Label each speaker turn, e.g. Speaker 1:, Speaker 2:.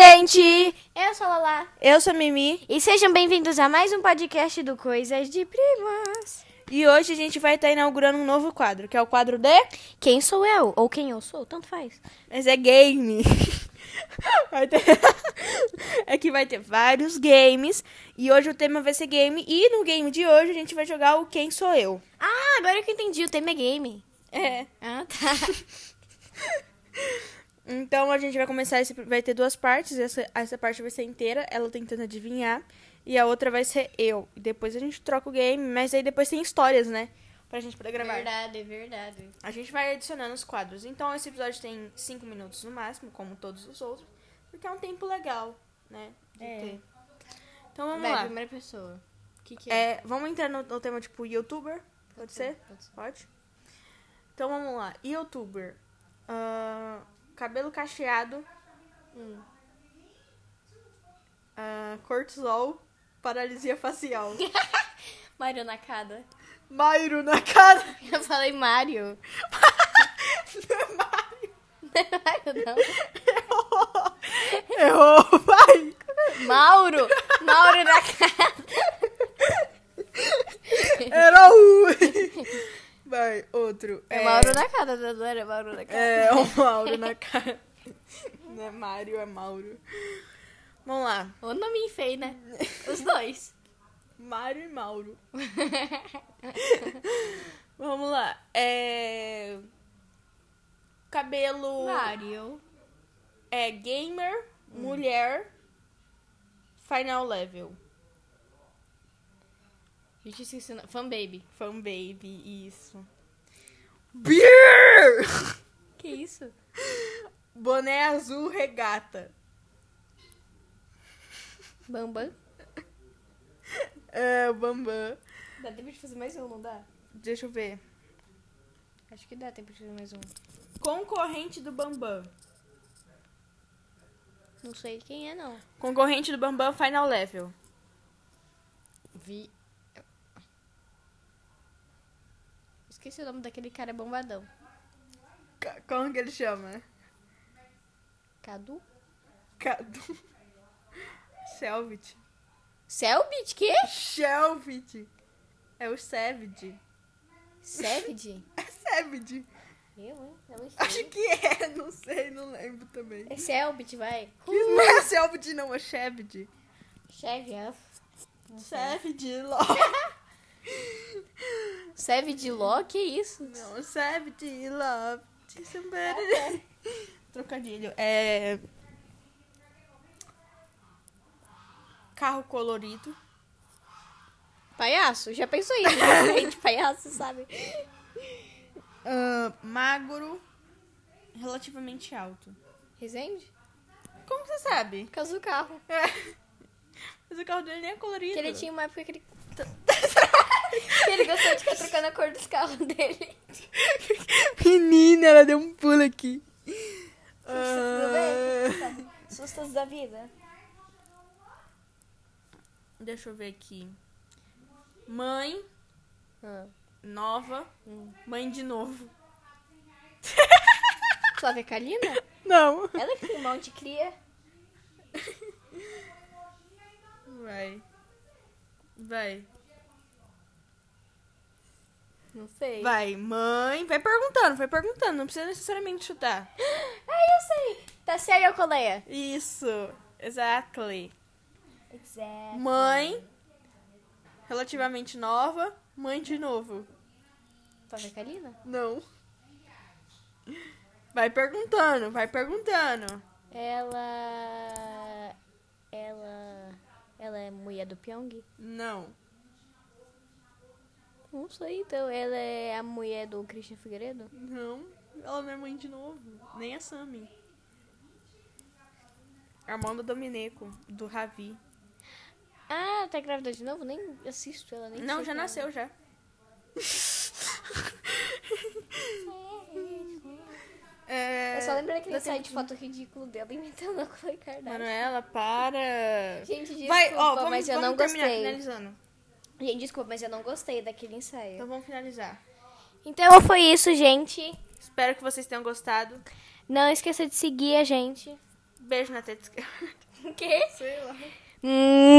Speaker 1: gente!
Speaker 2: Eu sou a Lala
Speaker 3: Eu sou a Mimi
Speaker 2: e sejam bem-vindos a mais um podcast do Coisas de Primas.
Speaker 3: e hoje a gente vai estar inaugurando um novo quadro, que é o quadro de...
Speaker 2: Quem sou eu? Ou quem eu sou, tanto faz.
Speaker 3: Mas é game. Vai ter... é que vai ter vários games e hoje o tema vai ser game e no game de hoje a gente vai jogar o Quem Sou Eu.
Speaker 2: Ah, agora que eu entendi, o tema é game.
Speaker 3: É.
Speaker 2: Ah, tá.
Speaker 3: Então a gente vai começar, esse... vai ter duas partes, essa... essa parte vai ser inteira, ela tentando adivinhar e a outra vai ser eu. E depois a gente troca o game, mas aí depois tem histórias, né? Pra gente poder gravar.
Speaker 2: É Verdade, verdade.
Speaker 3: A gente vai adicionando os quadros. Então, esse episódio tem 5 minutos no máximo, como todos os outros, porque é um tempo legal, né? de
Speaker 2: É.
Speaker 3: ter. Então, vamos
Speaker 2: vai,
Speaker 3: lá.
Speaker 2: primeira pessoa. O que que
Speaker 3: É, vamos entrar no, no tema, tipo, youtuber? Pode ser?
Speaker 2: Pode ser.
Speaker 3: Pode. Então, vamos lá. Youtuber. Ah, cabelo cacheado.
Speaker 2: Hum.
Speaker 3: ah, cortisol. Paralisia facial.
Speaker 2: Mario Nakada.
Speaker 3: Mairo na cara.
Speaker 2: Eu falei Mario. Não é Mario, não.
Speaker 3: Errou. Errou, vai.
Speaker 2: Mauro. Mauro Nakada.
Speaker 3: Era o. Vai, outro.
Speaker 2: É Mauro Nakada, não era Mauro Nakada.
Speaker 3: É, o Mauro na cara. Não é Mário, é Mauro. Vamos lá.
Speaker 2: O nome feio, né? Os dois.
Speaker 3: Mário e Mauro. Vamos lá. É. Cabelo.
Speaker 2: Mario.
Speaker 3: É gamer,
Speaker 2: Hum.
Speaker 3: mulher, final level.
Speaker 2: Gente, esqueci o nome. Fanbaby.
Speaker 3: Fan baby, isso. Beer!
Speaker 2: Que isso?
Speaker 3: Boné azul regata.
Speaker 2: Bambam.
Speaker 3: É, Bambam.
Speaker 2: Dá tempo de fazer mais um, não dá?
Speaker 3: Deixa eu ver.
Speaker 2: Acho que dá tempo de fazer mais um.
Speaker 3: Concorrente do Bambam.
Speaker 2: Não sei quem é, não.
Speaker 3: Concorrente do Bambam Final Level.
Speaker 2: Vi. Esqueci o nome daquele cara bombadão.
Speaker 3: Ca- Como que ele chama?
Speaker 2: Cadu?
Speaker 3: Cadu. Selvit.
Speaker 2: Selbit? Quê?
Speaker 3: Selvit. É o Savage.
Speaker 2: Selbit?
Speaker 3: É Savage.
Speaker 2: Eu, hein? Não sei.
Speaker 3: Acho que é, não sei, não lembro também.
Speaker 2: É Selbit, vai.
Speaker 3: Não é Selvit, não, é Shevd.
Speaker 2: Cheve.
Speaker 3: Shevd,
Speaker 2: Seve de Ló? Que isso?
Speaker 3: Não, Savage love to somebody. É Trocadilho. É. Carro colorido.
Speaker 2: Palhaço? Já pensou em realmente palhaço, sabe?
Speaker 3: Ah, magro. Relativamente alto.
Speaker 2: Resende?
Speaker 3: Como você sabe?
Speaker 2: Por causa do carro.
Speaker 3: É. Mas o carro dele nem é colorido.
Speaker 2: Que ele tinha uma época que ele. que ele gostava de ficar trocando a cor dos carros dele.
Speaker 3: Menina, ela deu um pulo aqui. Ah,
Speaker 2: Sustos da vida.
Speaker 3: Deixa eu ver aqui. Mãe nova.
Speaker 2: Ah, Hum.
Speaker 3: Mãe de novo.
Speaker 2: Flávia Kalina?
Speaker 3: Não.
Speaker 2: Ela que tem um monte de cria.
Speaker 3: Vai. Vai.
Speaker 2: Não sei.
Speaker 3: Vai, mãe. Vai perguntando, vai perguntando. Não precisa necessariamente chutar.
Speaker 2: Ah, eu sei. Tá sério, coleia?
Speaker 3: Isso. Exactly.
Speaker 2: Exato.
Speaker 3: Mãe. Relativamente nova. Mãe de novo.
Speaker 2: Flávia Kalina?
Speaker 3: Não. Vai perguntando, vai perguntando.
Speaker 2: Ela. Ela. Ela é mulher do Pyong?
Speaker 3: Não.
Speaker 2: Não sei, então. Ela é a mulher do Christian Figueiredo?
Speaker 3: Não. Ela não é mãe de novo. Nem a Sammy. Irmã do Dominico, do Ravi.
Speaker 2: Ah, tá grávida de novo? Nem assisto ela, nem sei
Speaker 3: Não, já
Speaker 2: quem é.
Speaker 3: nasceu já. É,
Speaker 2: Eu só lembro daquele
Speaker 3: dá tempo
Speaker 2: site de foto ridículo dela inventando a Khloe Kardashian.
Speaker 3: Manuela, para.
Speaker 2: Gente, desculpa,
Speaker 3: Vai, ó, vamos,
Speaker 2: mas eu
Speaker 3: vamos
Speaker 2: não
Speaker 3: terminar,
Speaker 2: gostei.
Speaker 3: finalizando.
Speaker 2: Gente, desculpa, mas eu não gostei daquele ensaio.
Speaker 3: Então vamos finalizar.
Speaker 2: Então foi isso, gente.
Speaker 3: Espero que vocês tenham gostado.
Speaker 2: Não esqueça de seguir a gente. Beijo na teta esquerda.
Speaker 3: O quê?
Speaker 2: Sei lá.
Speaker 3: Hum.